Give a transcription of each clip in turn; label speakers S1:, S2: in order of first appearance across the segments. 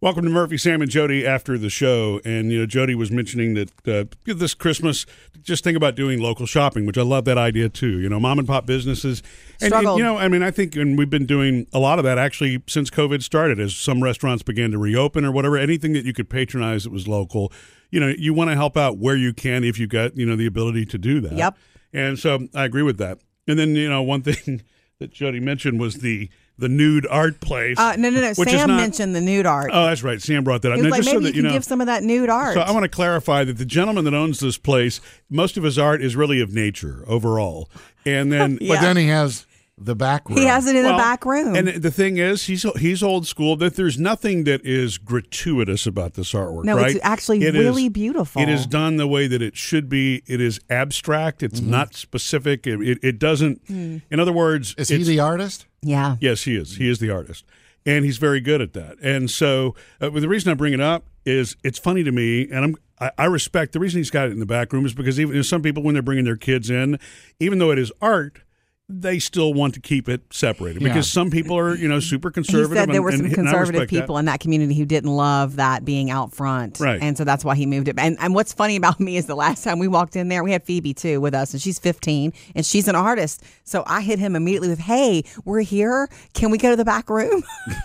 S1: Welcome to Murphy, Sam, and Jody after the show. And, you know, Jody was mentioning that uh, this Christmas, just think about doing local shopping, which I love that idea too. You know, mom and pop businesses. And, and,
S2: Struggled.
S1: you know, I mean, I think, and we've been doing a lot of that actually since COVID started, as some restaurants began to reopen or whatever, anything that you could patronize that was local. You know, you want to help out where you can if you got, you know, the ability to do that.
S2: Yep.
S1: And so I agree with that. And then, you know, one thing that Jody mentioned was the the nude art place.
S2: Uh, no, no, no.
S1: which is
S2: Sam
S1: not-
S2: mentioned the nude art.
S1: Oh, that's right. Sam brought that up.
S2: he
S1: Now,
S2: was like,
S1: just so
S2: maybe
S1: that
S2: you can
S1: know-
S2: give some of that nude art.
S1: so I want to clarify that the gentleman that owns this place, most of his art is really of nature overall, and then
S2: Yeah.
S3: But then he has the back room.
S2: he has it in
S1: Well,
S2: the back room.
S1: And the thing is, he's he's old school. That there's nothing that is gratuitous about this artwork.
S2: No,
S1: right?
S2: it's actually
S1: is-
S2: really beautiful.
S1: It is done the way that it should be. It is abstract.
S2: Mm-hmm.
S1: It's not specific. It it, it doesn't.
S2: Hmm.
S1: In other words,
S3: Is he
S1: it's
S3: the artist?
S2: yeah.
S1: Yes, he is. He is the artist, and he's very good at that. And so, uh, well, the reason I bring it up is it's funny to me, and I'm I, I respect the reason he's got it in the back room is because even some people when they're bringing their kids in, even though it is art. They still want to keep it separated
S3: Yeah.
S1: because some people are, you know, super
S2: He
S1: conservative.
S2: said there
S1: and-
S2: were some
S1: and- and I
S2: conservative
S1: respect that.
S2: people in that community who didn't love that being out front.
S1: Right.
S2: And so that's why he moved it. And, and what's funny about me is the last time we walked in there, we had Phoebe too with us, and she's 15 and she's an artist. So I hit him immediately with, Hey, we're here. Can we go to the back room?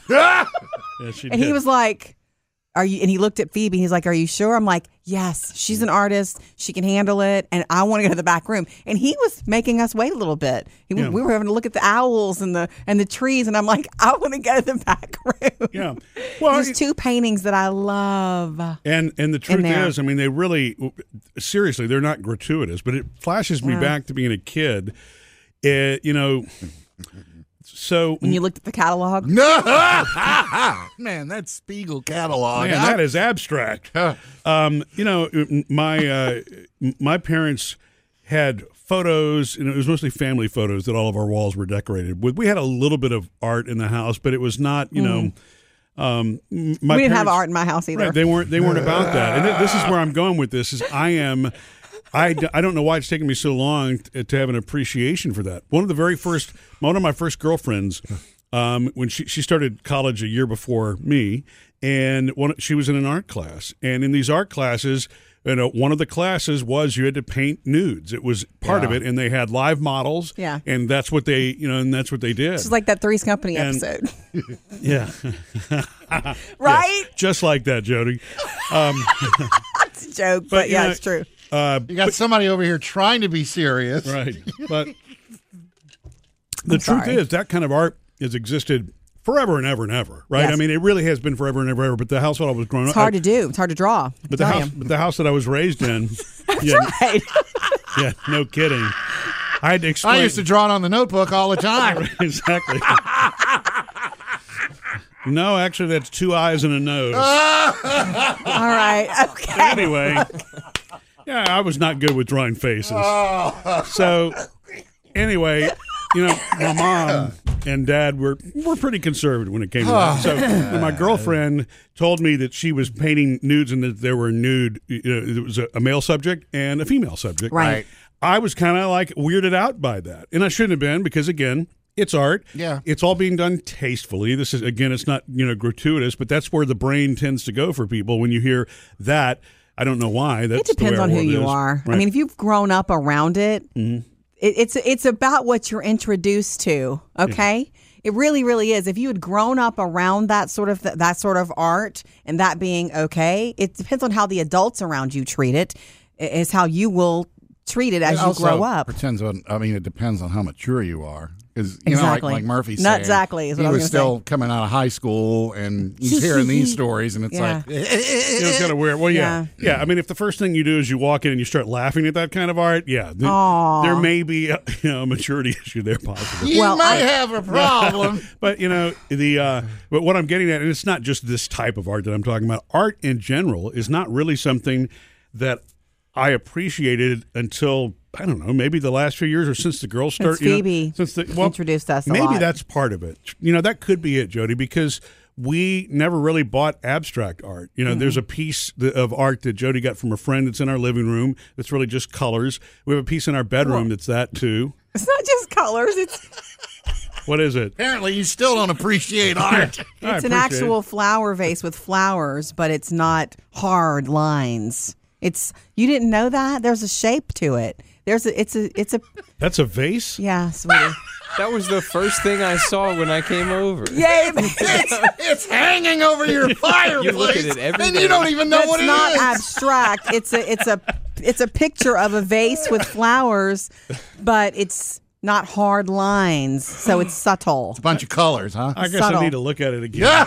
S1: Yeah, she
S2: And he
S1: did.
S2: was like, "Are you?" And he looked at Phoebe. He's like, "Are you sure?" I'm like, "Yes, she's an artist. She can handle it." And I want to go to the back room. And he was making us wait a little bit. He,
S1: Yeah.
S2: We were having to look at the owls and the and the trees. And I'm like, "I want to go to the back room."
S1: yeah. Well,
S2: There's two paintings that I love.
S1: And and the truth
S2: there.
S1: is, I mean, they really, seriously, they're not gratuitous, but it flashes me back to being a kid. It, you know, so
S2: And you looked at the catalog.
S3: No, man, that Spiegel catalog.
S1: man,
S3: I-
S1: that is abstract. um, you know, my uh, my parents had photos, and it was mostly family photos that all of our walls were decorated with. We had a little bit of art in the house, but it was not, you know. Um, m- my
S2: we didn't have
S1: parents-
S2: art in my house either.
S1: Right, they weren't. They weren't about that. And th- this is where I'm going with this. Is I am. I, d- I don't know why it's taken me so long t- uh, to have an appreciation for that. One of the very first, one of my first girlfriends, um, when she, she started college a year before me, and one, she was in an art class. And in these art classes, you know, one of the classes was you had to paint nudes. It was part of it, and they had live models.
S2: Yeah.
S1: and that's what they, you know, and that's what they did.
S2: It's like that Three's Company
S1: And-
S2: episode,
S1: yeah,
S2: right?
S1: just like that, Jody.
S2: It's a joke, but,
S1: you
S2: yeah,
S1: know,
S2: it's true.
S3: you got somebody over here trying to be serious.
S1: Right. But the truth
S2: sorry.
S1: is that kind of art has existed forever and ever and ever, right?
S2: Yes.
S1: I mean, it really has been forever and ever and ever. But the house that I was growing
S2: It's
S1: up,
S2: hard
S1: I-
S2: to do. It's hard to draw.
S1: uh, but the
S2: Tell
S1: house,
S2: you.
S1: but the house that I was raised in, yeah,
S2: Right.
S1: yeah, no kidding. I had to explain.
S3: I used to draw it on the notebook all the time.
S1: exactly. no, actually, that's two eyes and a nose.
S2: All right. Okay.
S1: anyway, yeah, I was not good with drawing faces. So, anyway, you know, my mom and dad were were pretty conservative when it came to that. So, when my girlfriend told me that she was painting nudes and that there were nude, you know, there was a, a male subject and a female subject.
S2: Right.
S1: I was kind of like weirded out by that, and I shouldn't have been because again. It's art.
S3: Yeah.
S1: It's all being done tastefully. This is again, it's not you know gratuitous, but that's where the brain tends to go for people when you hear that. I don't know why. That's
S2: it depends
S1: the way
S2: on
S1: our
S2: who
S1: world
S2: you
S1: is.
S2: are. I
S1: Right. Mm-hmm.
S2: mean, if you've grown up around it, it it's it's about what you're introduced to. Okay, it really, really is. If you had grown up around that sort of that sort of art and that being okay, it depends on how the adults around you treat it. i- Is how you will treat it as
S3: It
S2: you
S3: also
S2: grow up.
S3: Pretends on, I mean, it depends on how mature you are. Because you know,
S2: Exactly.
S3: like, like Murphy
S2: Not
S3: said,
S2: exactly, is what
S3: he
S2: I was gonna
S3: was
S2: say.
S3: still coming out of high school, and he's hearing these stories, and it's
S2: Yeah.
S3: like,
S1: It was kind of weird. Well, yeah. yeah, I mean, if the first thing you do is you walk in and you start laughing at that kind of art, yeah, th- there may be a, you know, a maturity issue there, possibly.
S3: you
S2: Well,
S3: might
S2: I-
S3: have a problem.
S1: But you know the uh, but what I'm getting at, and it's not just this type of art that I'm talking about. Art in general is not really something that I appreciated until I don't know, maybe the last few years or since the girls start.
S2: Since
S1: you know,
S2: Phoebe
S1: since the well,
S2: introduced us a
S1: maybe
S2: lot.
S1: that's part of it. You know, that could be it, Jody, because we never really bought abstract art. You know, there's a piece th- of art that Jody got from a friend that's in our living room that's really just colors. We have a piece in our bedroom that's that too.
S2: It's not just colors. It's
S1: What is it?
S3: Apparently, you still don't appreciate art.
S1: I
S2: It's an
S1: appreciate
S2: actual
S1: it.
S2: flower vase with flowers, but it's not hard lines. It's you didn't know that there's a shape to it. There's a it's a it's a
S1: That's a vase.
S2: yeah, sweetie.
S4: That was the first thing I saw when I came over.
S2: Yay, but
S3: it's, it's hanging over your fireplace,
S4: it every
S3: and
S4: day.
S3: you don't even know
S2: that's
S3: what it is.
S2: not abstract. It's a it's a it's a picture of a vase with flowers, but it's not hard lines, so it's subtle.
S3: a bunch of colors, huh?
S1: I guess
S2: Subtle.
S1: I need to look at it again.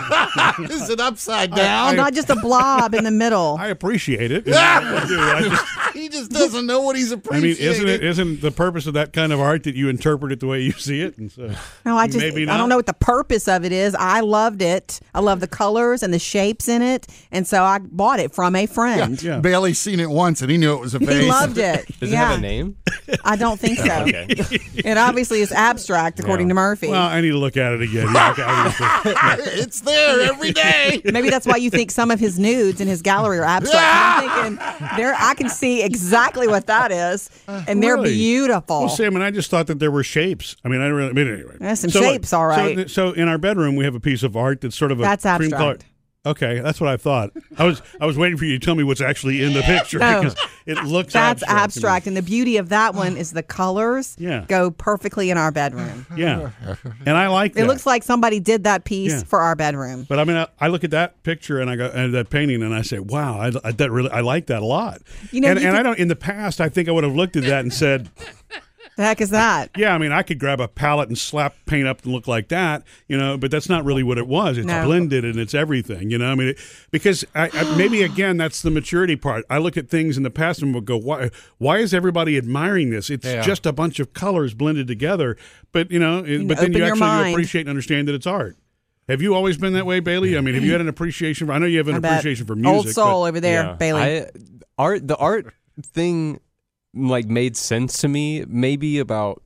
S3: is it upside down?
S2: Not just a blob in the middle.
S1: I appreciate it. I do. I just-
S3: he just doesn't know what he's
S1: I mean,
S3: appreciating.
S1: isn't it isn't the purpose of that kind of art that you interpret it the way you see it? And so,
S2: No, I just
S1: Maybe
S2: I
S1: not.
S2: don't know what the purpose of it is. I loved it. I love the colors and the shapes in it, and so I bought it from a friend.
S1: Yeah.
S3: Bailey's seen it once, and he knew it was a vase.
S2: He loved it.
S4: Does
S2: yeah,
S4: it have a name?
S2: I don't think so.
S4: Okay.
S2: It obviously is abstract, according to Murphy.
S1: well, I need to look at it again. Yeah, okay, I need to-
S3: it's there every day.
S2: Maybe that's why you think some of his nudes in his gallery are abstract. I'm thinking there, I can see exactly what that is, and they're
S1: Really?
S2: beautiful.
S1: Well, see, I mean, I just thought that there were shapes. I mean, I don't really. I mean, anyway.
S2: There's some
S1: look,
S2: shapes, all right.
S1: So, th- so in our bedroom, we have a piece of art that's sort of a
S2: That's
S1: cream color.
S2: abstract.
S1: Okay, that's what I thought. I was I was waiting for you to tell me what's actually in the picture
S2: No.
S1: because it looks
S2: that's abstract,
S1: abstract. I mean,
S2: and the beauty of that one is the colors
S1: Yeah.
S2: go perfectly in our bedroom.
S1: yeah, and I like
S2: It
S1: that.
S2: looks like somebody did that piece
S1: Yeah.
S2: for our bedroom.
S1: But I mean, I, I look at that picture and I go and that painting and I say, "Wow, I, I- that really I like that a lot."
S2: You know,
S1: and,
S2: you
S1: and I
S2: could-
S1: don't. In the past, I think I would have looked at that and said,
S2: The heck is that?
S1: "Yeah, I mean, I could grab a palette and slap paint up and look like that," you know. But that's not really what it was. It's
S2: No.
S1: blended and it's everything, you know. I mean, it, because I, I, maybe again, that's the maturity part. I look at things in the past and would go, "Why? Why is everybody admiring this? It's
S3: Yeah.
S1: just a bunch of colors blended together." But you know, it, but then
S2: open
S1: you
S2: your
S1: actually
S2: mind.
S1: appreciate and understand that it's art. Have you always been that way, Bailey? I mean, have you had an appreciation for? I know you have an
S2: I bet.
S1: appreciation for music.
S2: Old soul
S1: but-
S2: over there,
S4: Yeah.
S2: Bailey.
S4: I, art, the art thing, like made sense to me maybe about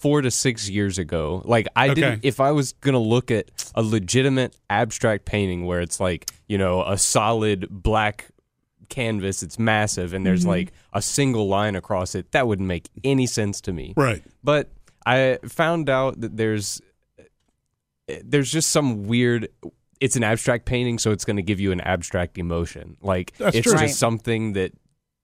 S4: four to six years ago. Like I didn't. If I was gonna look at a legitimate abstract painting where it's like you know a solid black canvas, it's massive, and
S2: Mm-hmm.
S4: there's like a single line across it, that wouldn't make any sense to me.
S1: right?
S4: But I found out that there's there's just some weird it's an abstract painting so it's going to give you an abstract emotion. Like
S1: That's
S4: it's
S1: true.
S4: just
S2: Right.
S4: something that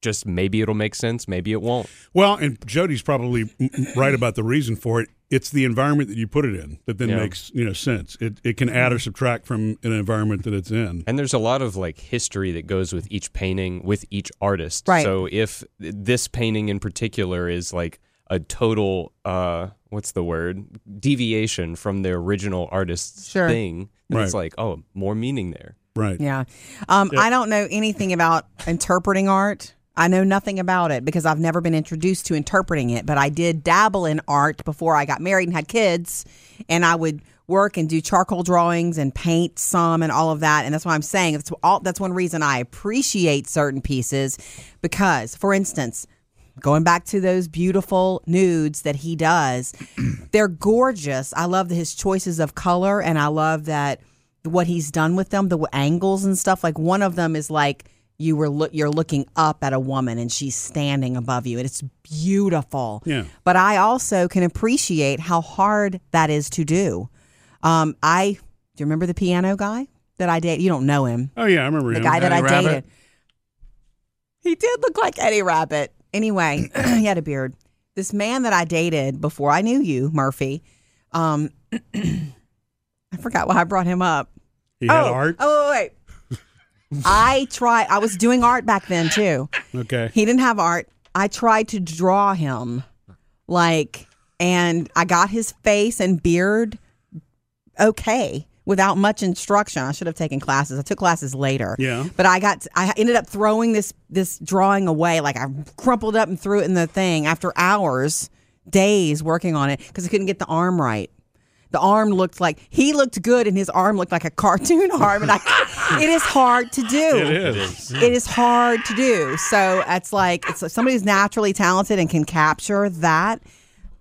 S4: just maybe it'll make sense, maybe it won't.
S1: Well, and Jody's probably right about the reason for it. It's the environment that you put it in that then
S4: Yeah.
S1: makes you know sense. It it can
S2: Mm-hmm.
S1: add or subtract from an environment that it's in.
S4: And there's a lot of like history that goes with each painting with each artist.
S2: Right.
S4: So if this painting in particular is like a total uh what's the word? deviation from the original artist's
S2: Sure.
S4: thing, then it's
S1: Right.
S4: like, oh, more meaning there.
S1: Right.
S2: yeah. Um, I don't know anything about interpreting art. I know nothing about it because I've never been introduced to interpreting it, but I did dabble in art before I got married and had kids. And I would work and do charcoal drawings and paint some and all of that. And that's what I'm saying. That's, all, that's one reason I appreciate certain pieces because, for instance, going back to those beautiful nudes that he does they're gorgeous i love his choices of color and i love that what he's done with them the w- angles and stuff like one of them is like you were look you're looking up at a woman and she's standing above you and it's beautiful
S1: Yeah.
S2: but i also can appreciate how hard that is to do um i do you remember the piano guy that i date you don't know him
S1: Oh yeah, I remember
S2: the
S1: him.
S2: guy that
S3: Eddie
S2: I
S3: Rabbit?
S2: dated. He did look like Eddie Rabbit. Anyway, he had a beard. This man that I dated before I knew you, Murphy. Um, I forgot why I brought him up.
S1: he had
S2: oh,
S1: art.
S2: Oh wait, wait. I tried. I was doing art back then too.
S1: Okay.
S2: He didn't have art. I tried to draw him, like, and I got his face and beard okay without much instruction. I should have taken classes. I took classes later.
S1: Yeah.
S2: But I got I ended up throwing this this drawing away. Like I crumpled up and threw it in the thing after hours, days working on it because I couldn't get the arm right. The arm looked like he looked good, and his arm looked like a cartoon arm. And I, it is hard to do
S1: It is.
S2: it is hard to do. So it's like it's like somebody who's naturally talented and can capture that.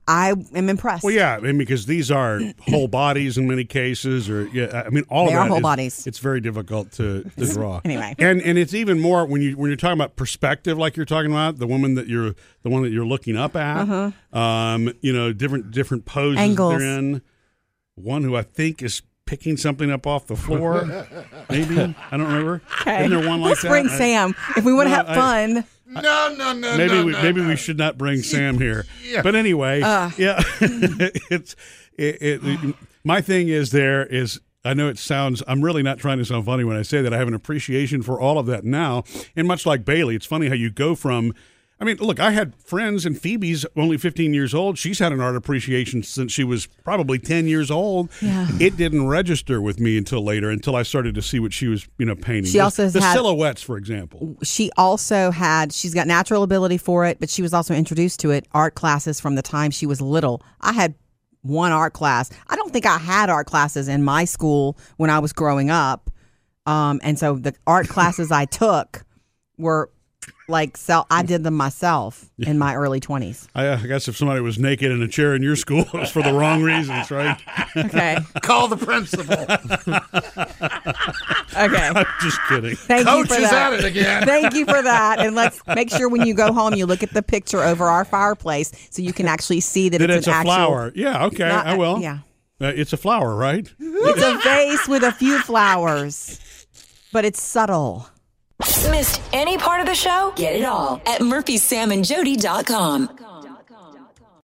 S2: I am impressed.
S1: Well, yeah, I mean, because these are whole bodies in many cases, or yeah, I mean, all
S2: They
S1: of
S2: are
S1: that
S2: whole
S1: is-
S2: bodies.
S1: It's very difficult to, to draw.
S2: Anyway.
S1: and and it's even more when you when you're talking about perspective, like you're talking about the woman that you're the one that you're looking up at. Um, you know, different different poses
S2: Uh-huh. Angles.
S1: they're in. one who I think is picking something up off the floor. maybe I don't remember.
S2: Okay.
S1: Isn't there one like
S2: Let's
S1: that?
S2: bring
S1: I-
S2: Sam if we want
S1: No,
S2: to have
S1: I-
S2: fun.
S3: No, no, no,
S1: maybe
S3: no,
S1: we,
S3: no,
S1: maybe
S3: no.
S1: we should not bring Sam here.
S3: Yeah.
S1: But anyway,
S2: Uh.
S1: yeah, it's it, it. My thing is there is. I know it sounds. I'm really not trying to sound funny when I say that. I have an appreciation for all of that now, and much like Bailey, it's funny how you go from. I mean, look, I had friends, and Phoebe's only 15 years old. She's had an art appreciation since she was probably 10 years old.
S2: Yeah.
S1: It didn't register with me until later, until I started to see what she was, you know, painting.
S2: She
S1: The-
S2: also has
S1: the
S2: had-
S1: silhouettes, for example.
S2: she also had she's got natural ability for it but she was also introduced to it art classes from the time she was little i had one art class i don't think i had art classes in my school when i was growing up um, and so the art classes i took were like so i did them myself in my early 20s
S1: I, uh, I guess if somebody was naked in a chair in your school, it was for the wrong reasons, right?
S2: okay
S3: Call the principal.
S2: okay
S1: I'm just kidding.
S2: thank you
S3: Coach
S2: for
S3: is
S2: that
S3: at it again.
S2: Thank you for that. And let's make sure when you go home, you look at the picture over our fireplace so you can actually see that,
S1: That
S2: it's,
S1: it's a
S2: an actual
S1: flower. Yeah, okay,
S2: Not-
S1: I will.
S2: yeah.
S1: Uh, it's a flower, right?
S2: It's a vase with a few flowers, but it's subtle.
S5: Missed any part of the show? Get it all at murphysamandjody.com.